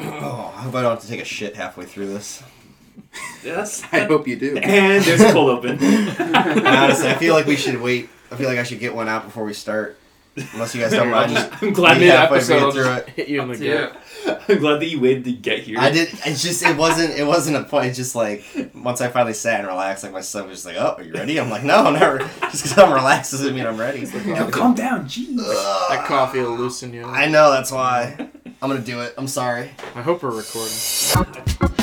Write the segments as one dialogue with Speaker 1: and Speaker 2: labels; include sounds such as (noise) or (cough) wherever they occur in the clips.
Speaker 1: Oh, I hope I don't have to take a shit halfway through this.
Speaker 2: Yes.
Speaker 3: I hope you do.
Speaker 2: And there's a cold open.
Speaker 1: And honestly, I feel like we should wait. I feel like I should get one out before we start. Unless you guys don't mind. Just
Speaker 2: (laughs) I'm glad
Speaker 1: be
Speaker 2: that
Speaker 1: halfway
Speaker 4: episode, I'll
Speaker 1: through
Speaker 4: just
Speaker 1: it.
Speaker 4: hit you in the gut.
Speaker 3: Yeah.
Speaker 2: I'm glad that you waited to get here.
Speaker 1: I did. It's just it wasn't. It wasn't a point. It's just like once I finally sat and relaxed, like my son was just like, "Oh, are you ready?" I'm like, "No, I'm never." (laughs) Just because I'm relaxed doesn't mean I'm ready. It's like, "Oh,
Speaker 2: Now calm down, jeez.
Speaker 1: "Ugh."
Speaker 4: That coffee will loosen you.
Speaker 1: (laughs) I know that's why. I'm gonna do it. I'm sorry. (laughs)
Speaker 4: I hope we're recording.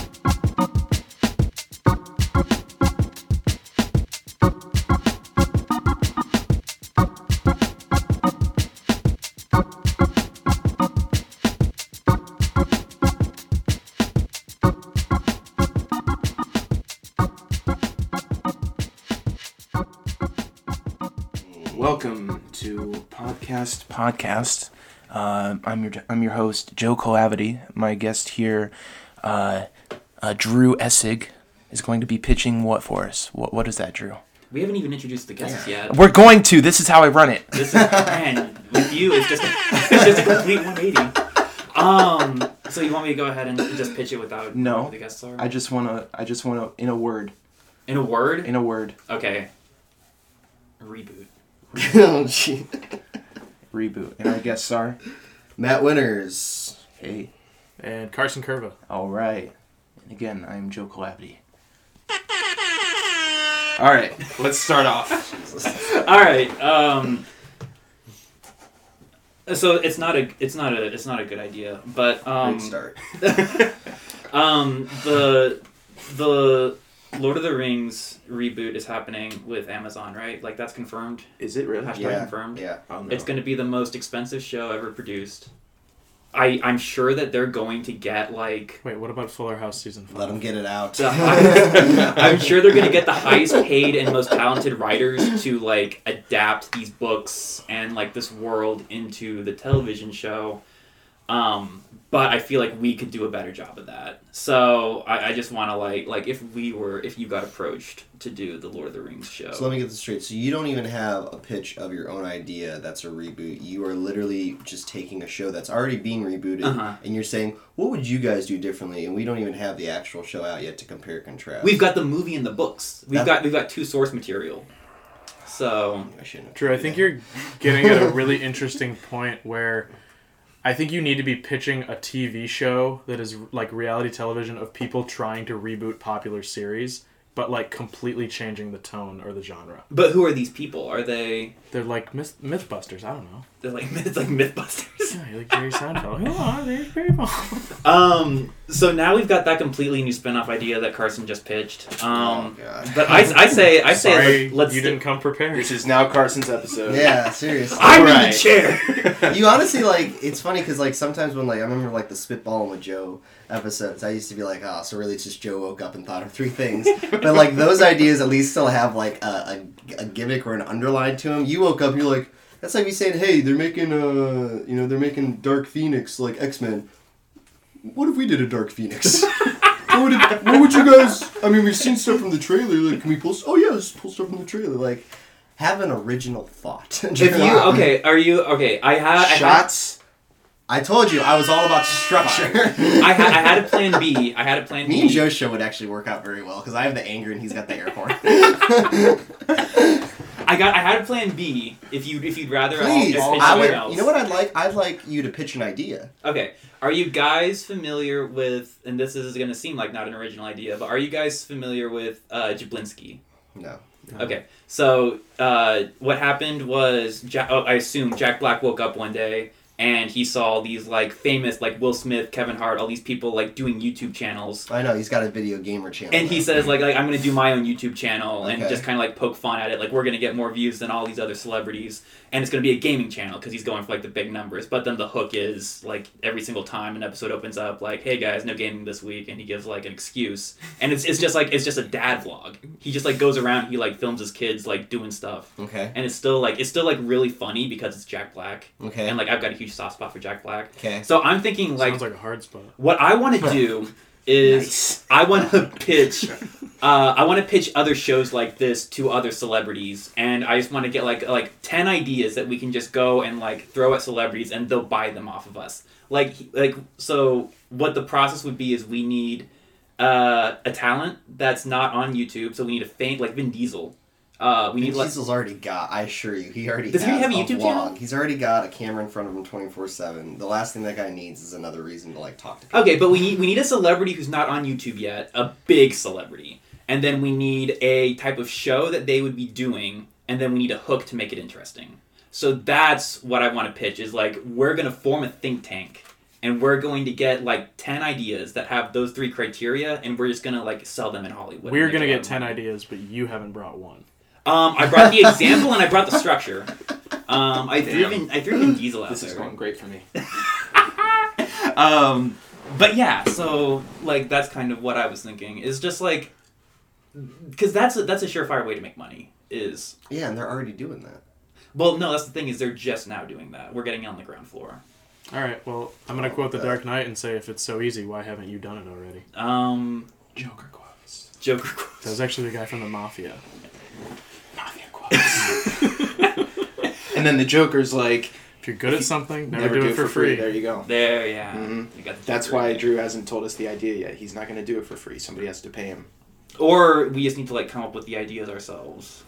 Speaker 3: Welcome to podcast podcast. Uh, I'm your I'm your host Joe Colavity. My guest here, uh, uh, Drew Essig, is going to be pitching what for us. What what is that, Drew?
Speaker 2: We haven't even introduced the guests yet.
Speaker 3: We're going to. This is how I run it.
Speaker 2: This is man with you. It's just it's just a complete 180. Um. So you want me to go ahead and just pitch it without
Speaker 3: No.
Speaker 2: who the guests are
Speaker 3: I just wanna. I just wanna. In a word.
Speaker 2: in a word.
Speaker 3: In a word.
Speaker 2: okay. Reboot.
Speaker 1: oh, gee.
Speaker 3: Reboot. And our guests are.
Speaker 1: Matt Winters.
Speaker 3: Hey.
Speaker 4: And Carson Curva.
Speaker 3: All right. And again, I'm Joe Colavity. All right. Let's start off.
Speaker 2: All right. Um. So it's not a it's not a it's not a good idea, but um.
Speaker 1: Great start.
Speaker 2: Um, the the Lord of the Rings reboot is happening with Amazon, right? Like that's confirmed.
Speaker 3: Is it really?
Speaker 2: Hashtag
Speaker 1: Yeah.
Speaker 2: confirmed.
Speaker 1: Yeah.
Speaker 3: Oh, no.
Speaker 2: It's going to be the most expensive show ever produced. I I'm sure that they're going to get like.
Speaker 4: Wait, what about Fuller House season five?
Speaker 1: Let him get it
Speaker 2: (laughs)
Speaker 1: out.
Speaker 2: The
Speaker 1: (laughs)
Speaker 2: highest, I'm sure they're going to get the highest paid and most talented writers to like adapt these books and like this world into the television show. Um, but I feel like we could do a better job of that. So I, I just want to like like if we were if you got approached to do the Lord of the Rings show.
Speaker 1: So let me get this straight. So you don't even have a pitch of your own idea that's a reboot. You are literally just taking a show that's already being rebooted,
Speaker 2: Uh-huh.
Speaker 1: and you're saying, "What would you guys do differently?" And we don't even have the actual show out yet to compare and contrast.
Speaker 2: we've got the movie and the books. We've
Speaker 1: That-
Speaker 2: got we've got two source material. So
Speaker 1: I shouldn't. have
Speaker 4: Drew, I
Speaker 1: done
Speaker 4: think
Speaker 1: that.
Speaker 3: (laughs)
Speaker 4: you're getting at a really interesting point where I think you need to be pitching a TV show that is like reality television of people trying to reboot popular series, but like completely changing the tone or the genre.
Speaker 2: but who are these people? Are they
Speaker 4: They're like myth- MythBusters. I don't know.
Speaker 2: they're like (laughs) it's like MythBusters.
Speaker 4: Yeah, you're like Jerry Seinfeld. Who are these people?
Speaker 2: Um, so now we've got that completely new spin-off idea that Carson just pitched. Um,
Speaker 1: Oh, God.
Speaker 2: but I, I say, I say,
Speaker 4: Sorry,
Speaker 2: let, let's.
Speaker 4: you didn't come prepared.
Speaker 3: (laughs) Which is now Carson's episode.
Speaker 1: Yeah, seriously.
Speaker 2: (laughs) I'm in
Speaker 3: Right.
Speaker 2: the
Speaker 1: (laughs)
Speaker 2: chair.
Speaker 1: you honestly like it's funny because like sometimes when like I remember like the spitballing with Joe episodes, I used to be like, oh, so really it's just Joe woke up and thought of three things. but like those ideas at least still have like a, a, a gimmick or an underline to them. You woke up, and you're like, that's like me saying, hey, they're making uh, you know, they're making Dark Phoenix like X Men. What if we did a Dark Phoenix? what, would it, what would you guys? I mean, we've seen stuff from the trailer. Like, can we post? Oh yeah, let's pull stuff from the trailer. Like, have an original thought.
Speaker 2: if
Speaker 1: (laughs)
Speaker 2: you okay, are you okay? I
Speaker 3: Uh,
Speaker 2: had I had,
Speaker 3: Shots.
Speaker 1: I told you I was all about structure. (laughs)
Speaker 2: I had I had a plan B. I had a plan B.
Speaker 1: Me and Joe's show would actually work out very well because I have the anger and he's got the air horn.
Speaker 2: (laughs) I got I had a plan B. If you if you'd rather, I'll
Speaker 1: Please,
Speaker 2: just pitch
Speaker 1: I
Speaker 2: something
Speaker 1: would.
Speaker 2: else.
Speaker 1: You know what I'd like? I'd like you to pitch an idea.
Speaker 2: Okay, are you guys familiar with? And this is going to seem like not an original idea, but are you guys familiar with uh, Jablinski?
Speaker 1: No.
Speaker 2: Okay, so uh, what happened was, Jack, oh, I assume Jack Black woke up one day and he saw these like famous, like Will Smith, Kevin Hart, all these people like doing YouTube channels,
Speaker 1: I know he's got a video gamer channel.
Speaker 2: and he
Speaker 1: though.
Speaker 2: says like, like I'm gonna do my own YouTube channel and
Speaker 1: Okay.
Speaker 2: just kind of like poke fun at it, like we're gonna get more views than all these other celebrities, and it's gonna be a gaming channel because he's going for like the big numbers. But then the hook is like every single time an episode opens up, like hey guys, no gaming this week, and he gives like an excuse, and it's it's just like it's just a dad vlog. He just like goes around, he like films his kids like doing stuff
Speaker 1: Okay.
Speaker 2: and it's still like it's still like really funny because it's Jack Black,
Speaker 1: Okay.
Speaker 2: and like I've got a huge soft spot for Jack Black.
Speaker 1: okay.
Speaker 2: So I'm thinking like,
Speaker 4: Sounds like a hard spot.
Speaker 2: what I want to do is I want to pitch. Uh, I want to pitch other shows like this to other celebrities, and I just want to get like like ten ideas that we can just go and like throw at celebrities, and they'll buy them off of us. like he- like so what the process would be is we need uh, a talent that's not on YouTube, so we need a faint like Vin Diesel. Uh, we
Speaker 1: Vin
Speaker 2: need like,
Speaker 1: Diesel's already got. I assure you, he already
Speaker 2: Does he
Speaker 1: has
Speaker 2: have a YouTube
Speaker 1: vlog.
Speaker 2: channel?
Speaker 1: He's already got a camera in front of him twenty four seven. The last thing that guy needs is another reason to like talk to people.
Speaker 2: okay, but we need we need a celebrity who's not on YouTube yet, a big celebrity, and then we need a type of show that they would be doing, and then we need a hook to make it interesting. So that's what I want to pitch is like we're gonna form a think tank, and we're going to get like ten ideas that have those three criteria, and we're just gonna like sell them in Hollywood.
Speaker 4: We're
Speaker 2: and make
Speaker 4: gonna
Speaker 2: a lot
Speaker 4: get
Speaker 2: of
Speaker 4: ten
Speaker 2: money.
Speaker 4: ideas, but you haven't brought one.
Speaker 2: Um, I
Speaker 4: (laughs)
Speaker 2: brought the example and I brought the structure. Um, I threw
Speaker 3: Damn.
Speaker 2: in, I threw in Diesel out
Speaker 3: This
Speaker 2: there.
Speaker 3: is going great for me.
Speaker 2: Um, but yeah, so like that's kind of what I was thinking is just like, because that's a, that's a surefire way to make money is.
Speaker 1: Yeah, and they're already doing that.
Speaker 2: Well, no, that's the thing is they're just now doing that. We're getting on the ground floor.
Speaker 4: All right. Well, I'm gonna
Speaker 1: Oh,
Speaker 4: quote the
Speaker 1: uh,
Speaker 4: Dark Knight and say, if it's so easy, why haven't you done it already?
Speaker 2: Um,
Speaker 3: Joker quotes.
Speaker 2: Joker. (laughs)
Speaker 4: That was actually the guy from the Mafia.
Speaker 3: Mafia quotes. (laughs) and then the Joker's like,
Speaker 4: If you're good at something, never, do, it for free.
Speaker 3: There you go.
Speaker 2: There, yeah.
Speaker 3: Mhm.
Speaker 2: You got the
Speaker 3: That's
Speaker 2: Joker
Speaker 3: why
Speaker 2: in there.
Speaker 3: Drew hasn't told us the idea yet. He's not going to do it for free. Somebody has to pay him.
Speaker 2: or we just need to like come up with the ideas ourselves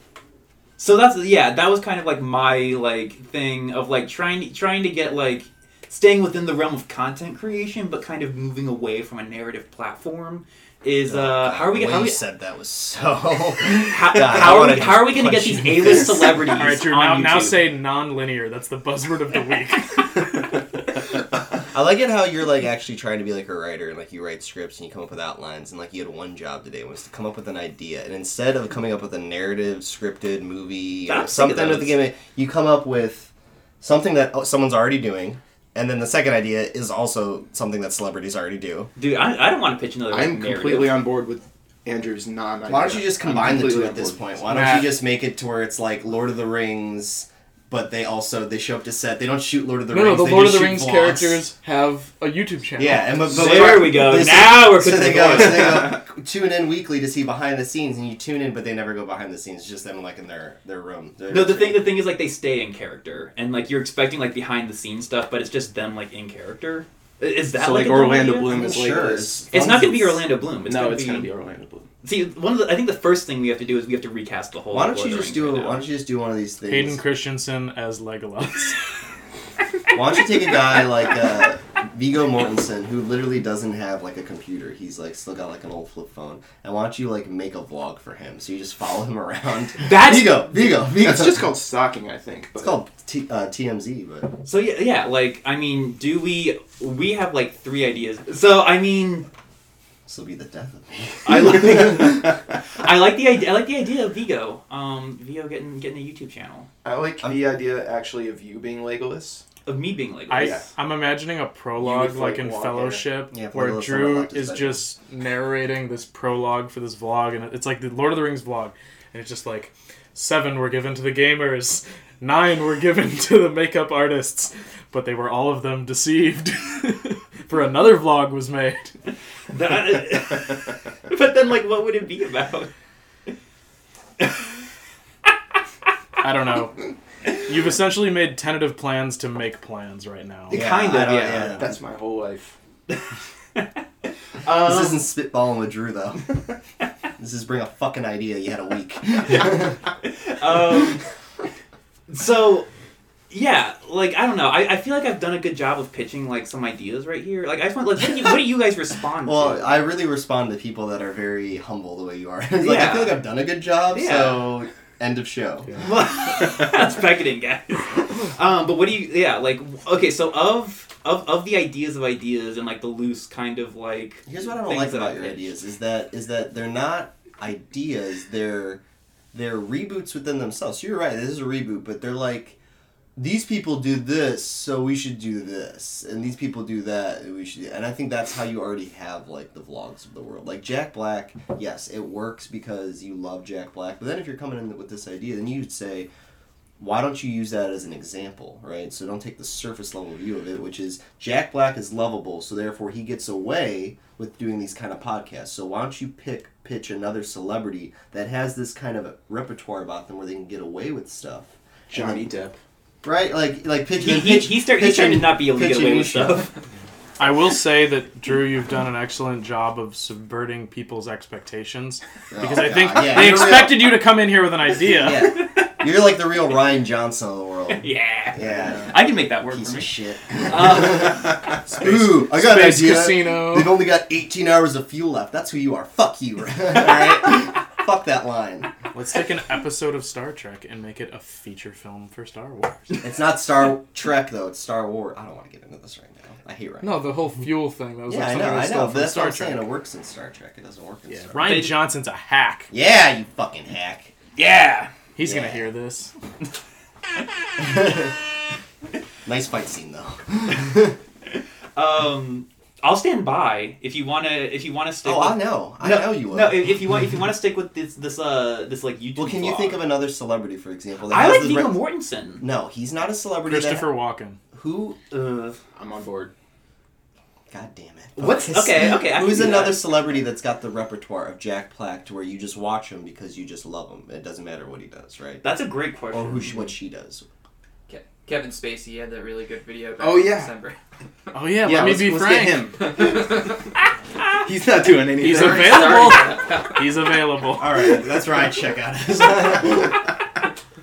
Speaker 2: so that's yeah that was kind of like my like thing of like trying trying to get like staying within the realm of content creation but kind of moving away from a narrative platform is
Speaker 3: Oh,
Speaker 2: uh how are we
Speaker 1: The
Speaker 2: gonna
Speaker 1: way
Speaker 2: how, are
Speaker 1: you
Speaker 2: we,
Speaker 1: said that was so.
Speaker 2: (laughs) how,
Speaker 1: God, I
Speaker 2: how, are,
Speaker 1: wanna
Speaker 2: we, how are we gonna get
Speaker 1: punch
Speaker 2: these
Speaker 1: you in the
Speaker 2: a-list
Speaker 1: face.
Speaker 2: celebrities
Speaker 4: All right, Drew.
Speaker 2: on
Speaker 4: Now, now
Speaker 2: YouTube?
Speaker 4: say non-linear. That's the
Speaker 2: (laughs)
Speaker 4: buzzword of the week.
Speaker 1: I like it how you're like actually trying to be like a writer and like you write scripts and you come up with outlines and like you had one job today was to come up with an idea and instead of coming up with a narrative scripted movie
Speaker 2: I
Speaker 1: or
Speaker 2: was thinking
Speaker 1: something with the
Speaker 2: those.
Speaker 1: gimmick, you come up with something that oh, someone's already doing. And then the second idea is also something that celebrities already do.
Speaker 2: dude I, I don't want to pitch another
Speaker 3: I'm
Speaker 2: narrative.
Speaker 3: completely on board with Andrew's non.
Speaker 1: Why don't you just combine the two at this point? Why don't
Speaker 4: Matt.
Speaker 1: you just make it to where it's like Lord of the Rings, but they also they show up to set. They don't shoot Lord of the
Speaker 4: no, no.
Speaker 1: Rings.
Speaker 4: The
Speaker 1: they
Speaker 4: Lord of
Speaker 1: just
Speaker 4: the
Speaker 1: shoot
Speaker 4: Rings
Speaker 1: vlogs.
Speaker 4: characters have a YouTube channel.
Speaker 1: Yeah, and but, but
Speaker 2: there we go
Speaker 1: they-
Speaker 2: now
Speaker 1: (laughs)
Speaker 2: we're
Speaker 1: so
Speaker 2: putting
Speaker 1: they
Speaker 2: the
Speaker 1: go,
Speaker 2: going
Speaker 1: so they go tune in weekly to see behind the scenes, and you tune in, but they never go behind the scenes. It's just them like in their their room. Their
Speaker 2: (laughs) No, the thing the thing is like they stay in character, and like you're expecting like behind the scenes stuff, but it's just them like in character. I- Is that
Speaker 3: so like
Speaker 2: a good
Speaker 3: Orlando
Speaker 2: idea?
Speaker 3: Bloom is like
Speaker 1: Sure,
Speaker 3: this.
Speaker 2: It's not gonna be Orlando Bloom. It's
Speaker 3: no,
Speaker 2: gonna
Speaker 3: it's
Speaker 2: be,
Speaker 3: gonna be Orlando Bloom.
Speaker 2: See, one of the I think the first thing we have to do is we have to recast the whole.
Speaker 1: Why don't
Speaker 2: Lord
Speaker 1: you
Speaker 2: of the
Speaker 1: just do?
Speaker 2: Rings
Speaker 1: A,
Speaker 2: right
Speaker 1: why
Speaker 2: now.
Speaker 1: don't you just do one of these things?
Speaker 4: Hayden Christensen as Legolas.
Speaker 1: Why don't you take a
Speaker 2: (laughs)
Speaker 1: guy like uh, Vigo Mortensen, who literally doesn't have like a computer? He's like still got like an old flip phone. And why don't you like make a vlog for him? So you just follow him around.
Speaker 2: (laughs) That's-
Speaker 1: Vigo, Vigo, Vigo.
Speaker 3: It's just called stalking, I think. But
Speaker 1: It's called (laughs) T- uh, TMZ, but
Speaker 2: So yeah, yeah, like I mean, do we we have like three ideas? So I mean,
Speaker 1: this will be the death of me. (laughs)
Speaker 2: I like
Speaker 3: (laughs)
Speaker 2: I like the idea. I like the idea of Vigo. Um, Vigo getting getting a YouTube channel
Speaker 3: I like the idea actually of you being Legolas.
Speaker 2: of me being like.
Speaker 4: I,
Speaker 2: this. (laughs)
Speaker 4: I'm imagining a prologue
Speaker 3: You would,
Speaker 4: like
Speaker 3: like,
Speaker 4: in
Speaker 3: walk in.
Speaker 4: Fellowship,
Speaker 1: Yeah, if one of
Speaker 4: where
Speaker 1: those
Speaker 4: Drew
Speaker 1: left
Speaker 4: is
Speaker 1: better.
Speaker 4: just narrating this prologue for this vlog, and it's like the Lord of the Rings vlog, and it's just like seven were given to the gamers, nine were given (laughs) to the makeup artists, but they were all of them deceived. (laughs) for another vlog was made.
Speaker 2: That- uh, (laughs) but then, like, what would it be about?
Speaker 4: I don't know. You've essentially made tentative plans to make plans right now.
Speaker 2: Yeah. kind
Speaker 1: I
Speaker 2: of,
Speaker 1: don't-
Speaker 2: yeah.
Speaker 3: That's my whole life.
Speaker 2: Um,
Speaker 1: This isn't spitballing with Drew
Speaker 2: (laughs)
Speaker 1: though. this is bring a fucking idea you had a week.
Speaker 2: um, so yeah like i don't know I, I feel like i've done a good job of pitching like some ideas right here like i just want like what do you, what do you guys respond
Speaker 1: well,
Speaker 2: to
Speaker 1: I really respond to people that are very humble the way you are. (laughs) It's like
Speaker 2: Yeah.
Speaker 1: I feel like I've done a good job,
Speaker 2: Yeah.
Speaker 1: so end of show.
Speaker 2: Well, that's pecketing guys um but what do you yeah like okay so of of of the ideas of ideas and like the loose kind of like
Speaker 1: Here's what I don't
Speaker 2: things
Speaker 1: like
Speaker 2: that
Speaker 1: about
Speaker 2: I
Speaker 1: your
Speaker 2: pitch.
Speaker 1: ideas is that is that they're not ideas. They're they're reboots within themselves. You're right. This is a reboot, but they're like these people do this, so we should do this, and these people do that, and we should. And I think that's how you already have like the vlogs of the world. Like Jack Black, yes, it works because you love Jack Black. But then if you're coming in with this idea, then you'd say, why don't you use that as an example, right? So don't take the surface level view of it, which is Jack Black is lovable, so therefore he gets away with doing these kind of podcasts. So why don't you pick pitch another celebrity that has this kind of repertoire about them where they can get away with stuff,
Speaker 3: Johnny Depp.
Speaker 1: right? Like like pitch.
Speaker 2: he,
Speaker 1: then
Speaker 2: he,
Speaker 1: pitch-
Speaker 2: he, start,
Speaker 1: pitch
Speaker 2: he's starting
Speaker 1: an-
Speaker 2: to not be able to
Speaker 1: pitch
Speaker 2: get
Speaker 1: a
Speaker 2: away
Speaker 1: new
Speaker 2: with
Speaker 1: show.
Speaker 2: (laughs) stuff
Speaker 4: I will say that Drew, you've done an excellent job of subverting people's expectations because
Speaker 1: Oh,
Speaker 4: I think
Speaker 1: God, yeah,
Speaker 4: they
Speaker 1: you're real-
Speaker 4: expected you to come in here with an idea.
Speaker 1: Yeah. You're like the real Ryan Johnson of the world.
Speaker 2: (laughs) Yeah.
Speaker 1: Yeah.
Speaker 2: I can make that work
Speaker 1: Piece
Speaker 2: for
Speaker 1: of
Speaker 2: me.
Speaker 1: shit.
Speaker 2: Uh,
Speaker 1: (laughs) Ooh, I got an
Speaker 4: Space
Speaker 1: idea.
Speaker 4: Casino.
Speaker 1: They've only got 18 hours of fuel left. That's who you are. Fuck you. (laughs) All right? Fuck that line.
Speaker 4: Let's take an episode of Star Trek and make it a feature film for Star Wars.
Speaker 1: It's not Star Trek though. It's Star Wars. I don't want to get into this right now. I hate right.
Speaker 4: No, the whole fuel thing. That was
Speaker 1: Yeah,
Speaker 4: like
Speaker 1: I
Speaker 4: something
Speaker 1: know.
Speaker 4: they
Speaker 1: I
Speaker 4: stole
Speaker 1: know. But
Speaker 4: from
Speaker 1: that's what
Speaker 4: Star
Speaker 1: I'm saying.
Speaker 4: Trek.
Speaker 1: It works in Star Trek. It doesn't work in Star Trek.
Speaker 4: Ryan
Speaker 2: They-
Speaker 4: Johnson's a hack.
Speaker 1: Yeah, you fucking hack.
Speaker 2: yeah.
Speaker 4: He's
Speaker 1: Yeah.
Speaker 4: gonna hear this.
Speaker 1: Nice fight scene though.
Speaker 2: Um, I'll stand by if you wanna if you wanna stick.
Speaker 1: Oh,
Speaker 2: with,
Speaker 1: I know. I know you will.
Speaker 2: No, if, if you want if you want to stick with this this uh this like YouTube.
Speaker 1: well, can you think of another celebrity, for example?
Speaker 2: I like
Speaker 1: the
Speaker 2: Viggo
Speaker 1: re-
Speaker 2: Mortensen.
Speaker 1: No, he's not a celebrity. that-
Speaker 4: Christopher Walken.
Speaker 1: who?
Speaker 2: Uh,
Speaker 5: I'm on board.
Speaker 1: God damn it.
Speaker 2: What's- okay, okay, I can
Speaker 1: Who's
Speaker 2: do
Speaker 1: another
Speaker 2: that.
Speaker 1: celebrity that's got the repertoire of Jack Black to where you just watch him because you just love him? It doesn't matter what he does, right?
Speaker 2: that's a great question.
Speaker 1: Or who she, what she does.
Speaker 6: Ke- Kevin Spacey had that really good video. Back
Speaker 5: Oh,
Speaker 6: in
Speaker 5: yeah.
Speaker 6: December.
Speaker 4: Oh yeah,
Speaker 5: yeah,
Speaker 4: let me
Speaker 5: let's,
Speaker 4: be
Speaker 5: let's
Speaker 4: frank.
Speaker 5: get him.
Speaker 4: (laughs)
Speaker 5: He's not doing anything.
Speaker 4: He's
Speaker 6: Sorry,
Speaker 4: available.
Speaker 6: sorry.
Speaker 4: He's available.
Speaker 1: All right, that's where I check out.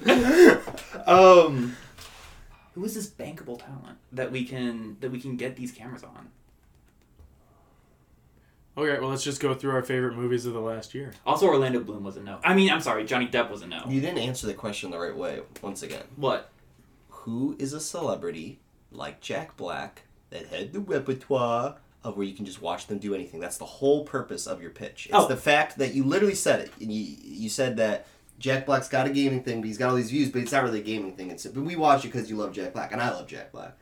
Speaker 1: I
Speaker 2: Um, who is this bankable talent that we can that we can get these cameras on?
Speaker 4: Okay, well let's just go through our favorite movies of the last year.
Speaker 2: Also, Orlando Bloom was a no. I mean, I'm sorry, Johnny Depp was a no.
Speaker 1: you didn't answer the question the right way. Once again,
Speaker 2: What?
Speaker 1: who is a celebrity like Jack Black that had the repertoire of where you can just watch them do anything? That's the whole purpose of your pitch. It's
Speaker 2: Oh.
Speaker 1: the fact that you literally said it. And you you said that Jack Black's got a gaming thing, but he's got all these views, but it's not really a gaming thing. It's but we watch it because you love Jack Black, and I love Jack Black.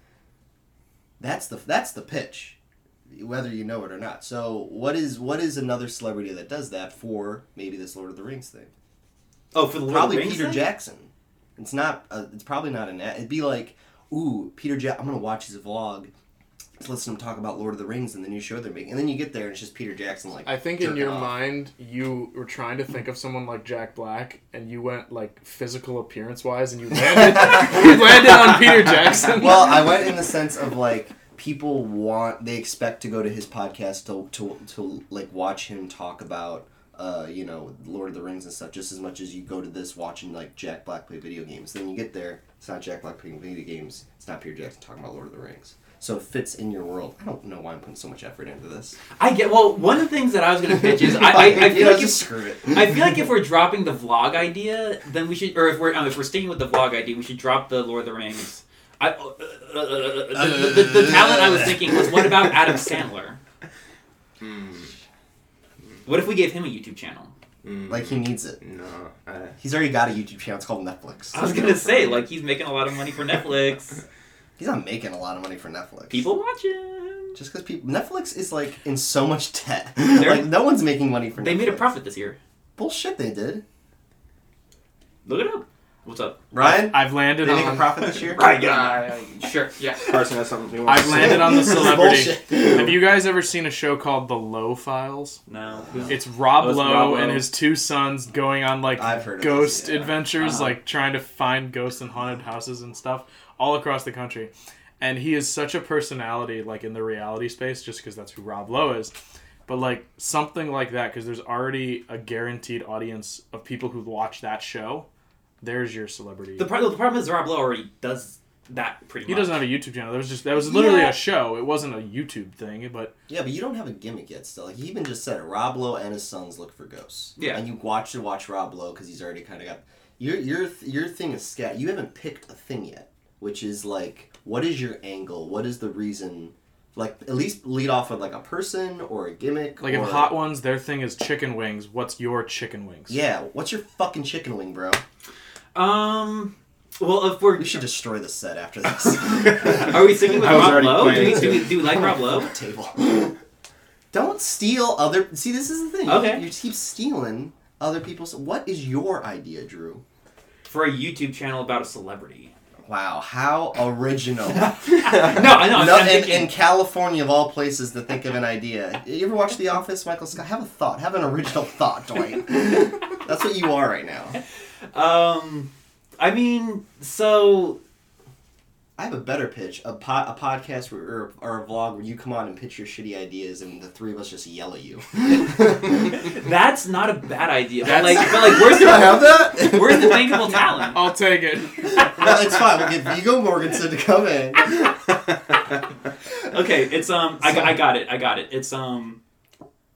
Speaker 1: That's the that's the pitch, whether you know it or not. So what is what is another celebrity that does that for maybe this Lord of the Rings thing?
Speaker 2: Oh, for the Lord of
Speaker 1: probably
Speaker 2: the Rings
Speaker 1: Peter
Speaker 2: thing?
Speaker 1: Jackson. It's not. Uh, it's probably not an. ad. It'd be like, ooh, Peter Jack. I'm gonna watch his vlog. Let's listen to him talk about Lord of the Rings and the new show they're making. And then you get there and it's just Peter Jackson. Like
Speaker 4: I think in
Speaker 1: jerking
Speaker 4: your
Speaker 1: off.
Speaker 4: mind, you were trying to think of someone like Jack Black, and you went like physical appearance wise, and you landed, (laughs) you landed on Peter Jackson. (laughs)
Speaker 1: Well, I went in the sense of like people want they expect to go to his podcast to to to like watch him talk about. Uh, you know, Lord of the Rings and stuff, just as much as you go to this watching like Jack Black play video games. Then you get there, it's not Jack Black playing video games, it's not Peter Jackson talking about Lord of the Rings. So it fits in your world. I don't know why I'm putting so much effort into
Speaker 2: (laughs)
Speaker 1: this.
Speaker 2: I get. Well, one of the things that I was
Speaker 1: (laughs)
Speaker 2: gonna pitch is I, I, I
Speaker 1: You
Speaker 2: feel
Speaker 1: know,
Speaker 2: like
Speaker 1: just
Speaker 2: if,
Speaker 1: screw it.
Speaker 2: I feel like if we're dropping the vlog idea, then we should, or if we're um, if we're sticking with the vlog idea, we should drop the Lord of the Rings. I, uh, uh, uh, uh, the, the, the talent I was thinking was what about Adam Sandler?
Speaker 1: Hmm.
Speaker 2: What if we gave him a YouTube channel?
Speaker 1: like he needs it.
Speaker 5: no. Uh,
Speaker 1: He's already got a YouTube channel. It's called Netflix.
Speaker 2: I was gonna say like he's making a lot of money for Netflix.
Speaker 1: He's not making a lot of money for Netflix.
Speaker 2: People watching.
Speaker 1: Just because people Netflix is like in so much debt.
Speaker 2: They're-
Speaker 1: like no one's making money for.
Speaker 2: They made a
Speaker 1: Netflix.
Speaker 2: profit this year.
Speaker 1: Bullshit, they did.
Speaker 2: Look it up. What's up?
Speaker 1: Ryan,
Speaker 4: I've landed
Speaker 1: did they make a
Speaker 4: on.
Speaker 1: profit this year?
Speaker 2: Right.
Speaker 6: Uh, sure. Yeah.
Speaker 5: (laughs) Carson has something he wants
Speaker 4: I've
Speaker 5: to
Speaker 4: landed
Speaker 5: say. (laughs)
Speaker 4: on the
Speaker 1: This is
Speaker 4: celebrity.
Speaker 1: bullshit.
Speaker 4: (laughs) Have you guys ever seen a show called The Lowe Files?
Speaker 2: No.
Speaker 4: It's Rob
Speaker 2: Oh, it's
Speaker 4: Lowe,
Speaker 2: Rob Lowe.
Speaker 4: and his two sons going on like
Speaker 1: I've heard of
Speaker 4: ghost
Speaker 1: this, yeah.
Speaker 4: adventures,
Speaker 2: Uh-huh.
Speaker 4: like trying to find ghosts and haunted houses and stuff all across the country. And he is such a personality, like in the reality space, just because that's who Rob Lowe is. But like something like that, because there's already a guaranteed audience of people who watch that show. There's your celebrity.
Speaker 2: The, pro- the problem is Rob Lowe already does that pretty
Speaker 4: he
Speaker 2: much.
Speaker 4: doesn't have a YouTube channel. That was just that was literally
Speaker 2: Yeah.
Speaker 4: a show. It wasn't a YouTube thing, but
Speaker 1: Yeah, but you don't have a gimmick yet. Still, like he even just said it. Rob Lowe and his sons look for ghosts.
Speaker 2: Yeah.
Speaker 1: and you watch to watch Rob Lowe because he's already kind of got your your your thing is scat. You haven't picked a thing yet, which is like, what is your angle? What is the reason? Like, at least lead off with like a person or a gimmick.
Speaker 4: like
Speaker 1: or,
Speaker 4: if Hot Ones, their thing is chicken wings. What's your chicken wings?
Speaker 1: Yeah, what's your fucking chicken wing, bro?
Speaker 2: Um. Well, if we're
Speaker 1: We should destroy the set
Speaker 2: (laughs)
Speaker 1: after this.
Speaker 2: Are we singing with
Speaker 5: I was
Speaker 2: Rob
Speaker 5: already
Speaker 2: Lowe? Do we,
Speaker 5: planning
Speaker 2: do, we, do we like Rob (laughs) Lowe?
Speaker 1: Flip table. Don't steal other. See, this is the thing.
Speaker 2: Okay.
Speaker 1: you keep stealing other people's. What is your idea, Drew?
Speaker 2: For a YouTube channel about a celebrity.
Speaker 1: Wow, how original.
Speaker 2: (laughs) No, I know. I'm,
Speaker 1: no,
Speaker 2: I'm
Speaker 1: in,
Speaker 2: thinking,
Speaker 1: in California, of all places, to think of an idea. You ever watch The Office, Michael Scott? Have a thought. Have an original thought,
Speaker 2: (laughs)
Speaker 1: Dwayne. That's what you are right now.
Speaker 2: um, I mean, so
Speaker 1: I have a better pitch. A, po- a podcast where, or, or a vlog where you come on and pitch your shitty ideas and the three of us just yell at you.
Speaker 2: (laughs) That's not a bad idea. But
Speaker 4: That's-
Speaker 2: like, but
Speaker 1: (laughs)
Speaker 2: like, where's
Speaker 1: Do I
Speaker 2: the
Speaker 1: have that?
Speaker 2: (laughs) where's the bankable talent?
Speaker 4: I'll take
Speaker 1: (laughs)
Speaker 4: it.
Speaker 1: no, it's fine. We'll get Vigo Morganson to come in.
Speaker 2: Okay, it's um, I, got- I got it, I got it. It's um,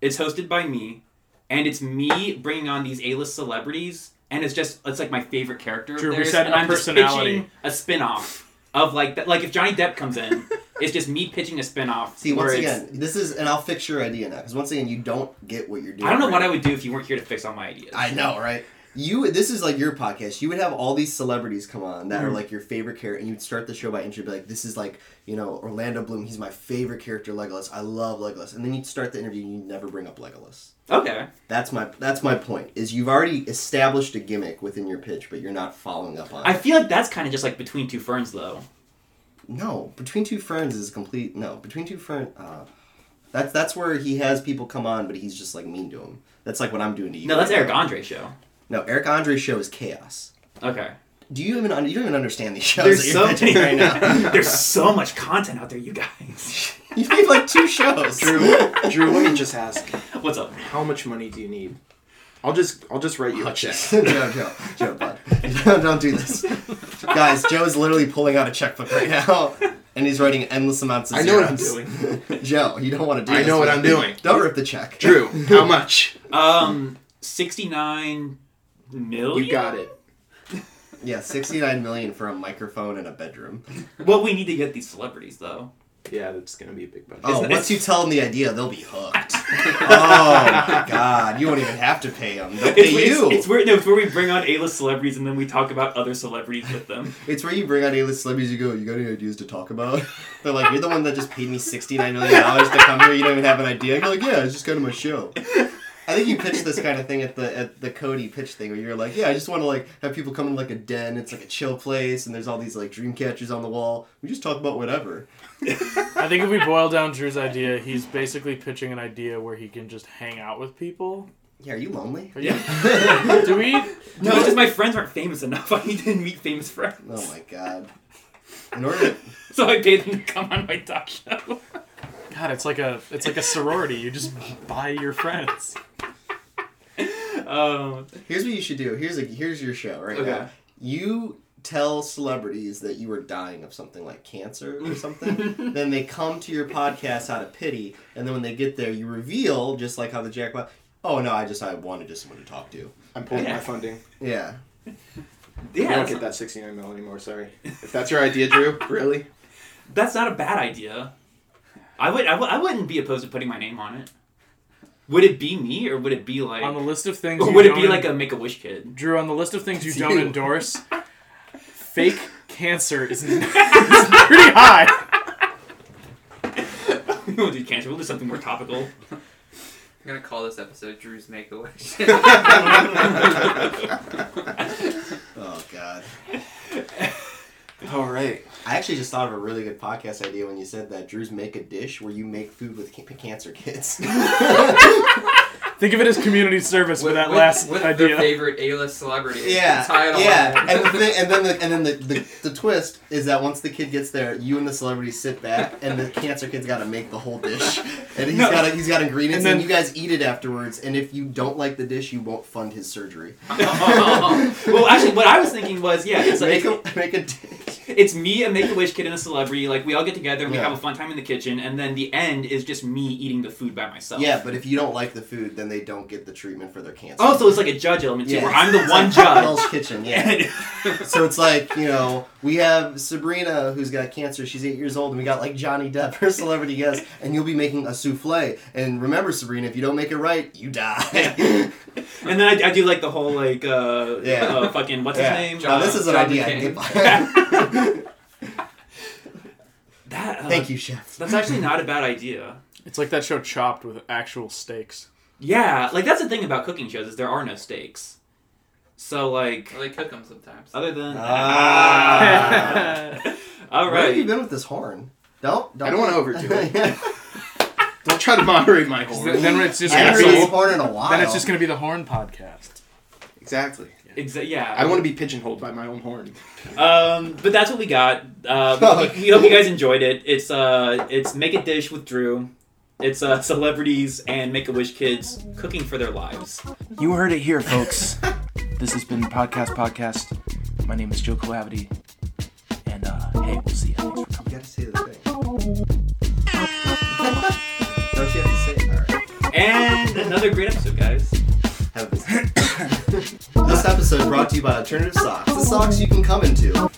Speaker 2: it's hosted by me, and it's me bringing on these A-list celebrities, and it's just it's like my favorite character.
Speaker 4: Drew,
Speaker 2: of
Speaker 4: we
Speaker 2: theirs,
Speaker 4: said
Speaker 2: and
Speaker 4: a
Speaker 2: I'm just
Speaker 4: personality.
Speaker 2: pitching a spin-off of like that. Like if Johnny Depp comes
Speaker 4: (laughs)
Speaker 2: in, it's just me pitching a spin-off.
Speaker 1: See, once
Speaker 2: where it's-
Speaker 1: again, this is, and I'll fix your idea now, because once again, you don't get what you're doing.
Speaker 2: I don't know what
Speaker 1: right
Speaker 2: I would do if you weren't here to fix all my ideas.
Speaker 1: (laughs) I know, right? You this is like your podcast. You would have all these celebrities come on
Speaker 2: Mm.
Speaker 1: that are like your favorite character, and you'd start the show by interview, be like, "This is like you know Orlando Bloom. He's my favorite character, Legolas. I love Legolas." And then you'd start the interview, and you would never bring up Legolas.
Speaker 2: Okay,
Speaker 1: That's my that's my point. Is you've already established a gimmick within your pitch, but you're not following up on.
Speaker 2: I
Speaker 1: it.
Speaker 2: feel like that's kind of just like between two ferns though.
Speaker 1: No, between two friends is complete. No, between two friends. Uh, that's that's where he has people come on, but he's just like mean to him. That's like what I'm doing to you.
Speaker 2: No, that's Eric Andre show.
Speaker 1: No, Eric Andre's show is chaos.
Speaker 2: Okay,
Speaker 1: Do you even un- you don't even understand these shows
Speaker 2: there's
Speaker 1: that
Speaker 2: so
Speaker 1: you're pitching
Speaker 2: many
Speaker 1: right now?
Speaker 2: (laughs) there's so much content out there, you guys.
Speaker 1: (laughs)
Speaker 2: (laughs)
Speaker 1: you need like two shows.
Speaker 5: Drew, Drew, let me just ask,
Speaker 2: What's up?
Speaker 5: how much money do you need? I'll just, I'll just write you a check.
Speaker 1: (laughs)
Speaker 4: (laughs)
Speaker 1: Joe, Joe, Joe, bud. (laughs) Joe, don't do this, guys. Joe is literally pulling out a checkbook right now, and he's writing endless amounts of.
Speaker 5: I know what I'm
Speaker 1: zeros.
Speaker 5: doing.
Speaker 1: (laughs) Joe, you don't want to do.
Speaker 5: I
Speaker 1: this,
Speaker 5: know what
Speaker 1: man.
Speaker 5: I'm doing.
Speaker 1: Don't rip the check,
Speaker 5: Drew, how much?
Speaker 4: Hmm.
Speaker 2: Um, sixty-nine million.
Speaker 5: You got it.
Speaker 1: (laughs) Yeah, sixty-nine million for a microphone and a bedroom.
Speaker 2: Well, we need to get these celebrities though.
Speaker 5: Yeah, that's gonna be a big budget.
Speaker 1: Oh,
Speaker 2: Isn't
Speaker 1: once
Speaker 2: it-
Speaker 1: you tell them the idea, they'll be
Speaker 2: (laughs)
Speaker 1: hooked. oh my god, you won't even have to pay them. They'll
Speaker 2: It's,
Speaker 1: pay
Speaker 2: it's,
Speaker 1: you.
Speaker 2: it's where no, it's where we bring on A-list celebrities and then we talk about other celebrities with them.
Speaker 4: (laughs)
Speaker 1: It's where you bring out A-list celebrities. You go, you got any ideas to talk about? (laughs) They're like, you're the one that just paid me sixty-nine million dollars to come here. You don't even have an idea. You're like, yeah, it's just kind of my show. I think you pitched this kind of thing at the at the Cody pitch thing where you were like, yeah, I just want to like have people come in like a den. It's like a chill place, and there's all these like dream catchers on the wall. We just talk about whatever.
Speaker 4: I think if we boil down Drew's idea, he's basically pitching an idea where he can just hang out with people.
Speaker 1: Yeah, are you lonely?
Speaker 4: Are you- Do we?
Speaker 2: No, it's just my friends weren't famous enough. (laughs) I needed to meet famous friends,
Speaker 1: Oh my god. In order, to-
Speaker 2: so I paid them to come on my talk show. (laughs)
Speaker 4: God, it's like a it's like a sorority. You just buy your friends.
Speaker 2: Um,
Speaker 1: here's what you should do. Here's a here's your show right
Speaker 2: Okay.
Speaker 1: now. You tell celebrities that you are dying of something like cancer or something. then they come to your podcast out of pity, and then when they get there, you reveal just like how the jackpot. Oh no, I just I wanted just someone to talk to.
Speaker 5: I'm pulling
Speaker 2: Yeah.
Speaker 5: my funding.
Speaker 1: Yeah.
Speaker 5: I
Speaker 2: yeah,
Speaker 5: don't
Speaker 2: that's,
Speaker 5: get that 69 mil anymore. Sorry. If that's your idea,
Speaker 4: (laughs)
Speaker 5: Drew, really?
Speaker 2: that's not a bad idea. I would, I w- I wouldn't be opposed to putting my name on it. Would it be me, or would it be like,
Speaker 4: On the list of things,
Speaker 2: or
Speaker 4: you
Speaker 2: would it
Speaker 4: don't
Speaker 2: be like a Make a Wish kid? (laughs)
Speaker 4: Drew? On the list of things you
Speaker 1: It's
Speaker 4: don't
Speaker 1: you.
Speaker 4: endorse, fake cancer is, (laughs) is pretty high.
Speaker 2: we won't do cancer. We'll do something more topical.
Speaker 6: I'm gonna call this episode Drew's Make a Wish.
Speaker 1: Oh god.
Speaker 5: All right.
Speaker 1: I actually just thought of a really good podcast idea when you said that Drew's make a dish where you make food with ca- cancer kids. (laughs)
Speaker 4: Think of it as community service for that
Speaker 6: with,
Speaker 4: last
Speaker 6: with
Speaker 4: idea.
Speaker 6: Their favorite A-list celebrity.
Speaker 2: (laughs)
Speaker 1: Yeah,
Speaker 6: Tie it all
Speaker 1: yeah,
Speaker 6: in.
Speaker 1: and,
Speaker 6: (laughs)
Speaker 1: the thi- and then the and then the, the, the twist is that once the kid gets there, you and the celebrity sit back, and the cancer kid's got to make the whole
Speaker 2: (laughs)
Speaker 1: dish, and he's
Speaker 2: No.
Speaker 1: got he's got ingredients,
Speaker 4: And
Speaker 1: and,
Speaker 4: then-
Speaker 1: you guys eat it afterwards. And if you don't like the dish, you won't fund his surgery.
Speaker 2: (laughs) well, actually, what I was thinking was, yeah, it's
Speaker 1: make
Speaker 2: like
Speaker 1: a make a dish.
Speaker 2: it's me, a Make a Wish kid, and a celebrity. Like we all get together, and we
Speaker 1: Yeah.
Speaker 2: have a fun time in the kitchen, and then the end is just me eating the food by myself.
Speaker 1: Yeah, but if you don't like the food, then they don't get the treatment for their cancer.
Speaker 2: Oh, so it's like a judge element too,
Speaker 1: Yeah,
Speaker 2: where I'm the
Speaker 1: it's
Speaker 2: one
Speaker 1: like
Speaker 2: judge.
Speaker 1: Hell's Kitchen, yeah.
Speaker 2: (laughs) And-
Speaker 1: So it's like, you know, we have Sabrina who's got cancer. She's eight years old, and we got like Johnny Depp, her celebrity guest, and you'll be making a souffle. And remember, Sabrina, if you don't make it right, you (laughs) die.
Speaker 2: and then I, I do like the whole like uh,
Speaker 1: Yeah.
Speaker 2: uh fucking what's
Speaker 1: Yeah.
Speaker 2: his name?
Speaker 1: now,
Speaker 6: John-
Speaker 1: this is an
Speaker 6: John
Speaker 1: idea I
Speaker 5: (laughs)
Speaker 1: can get
Speaker 2: McCain.
Speaker 1: behind.
Speaker 2: that. Uh,
Speaker 1: (laughs) Thank you, Chef.
Speaker 2: That's actually not a bad idea.
Speaker 4: It's like that show Chopped with actual steaks.
Speaker 2: Yeah, like that's the thing about cooking shows is there are no stakes. So like,
Speaker 6: Well, they cook them sometimes.
Speaker 2: other than
Speaker 1: Ah.
Speaker 2: (laughs) all
Speaker 1: Where have you
Speaker 2: right,
Speaker 1: been with this horn? Don't, don't
Speaker 5: I don't wanna overdo it.
Speaker 1: (laughs)
Speaker 5: Don't try to (laughs) moderate my horn.
Speaker 4: Then it's just
Speaker 1: I
Speaker 4: gonna
Speaker 1: haven't heard this
Speaker 4: be,
Speaker 1: horn in a while.
Speaker 4: then it's just gonna be the Horn podcast.
Speaker 5: Exactly.
Speaker 4: Yeah.
Speaker 2: Exa- yeah.
Speaker 5: I don't want to be pigeonholed by my own horn.
Speaker 2: Um, but that's what we got. Uh, we, we hope you guys enjoyed it. It's uh, it's Make a Dish with Drew. It's uh, celebrities and Make a Wish kids cooking for their lives.
Speaker 3: You heard it here, folks. this has been Podcast Podcast. My name is Joe Colavity. And uh, hey, we'll see you. Thanks for
Speaker 1: You gotta say the thing. Don't you have to say it? All right.
Speaker 2: And another great episode, guys.
Speaker 3: (coughs)
Speaker 1: Have a good- this episode brought to you by Alternative Socks, the socks you can come into.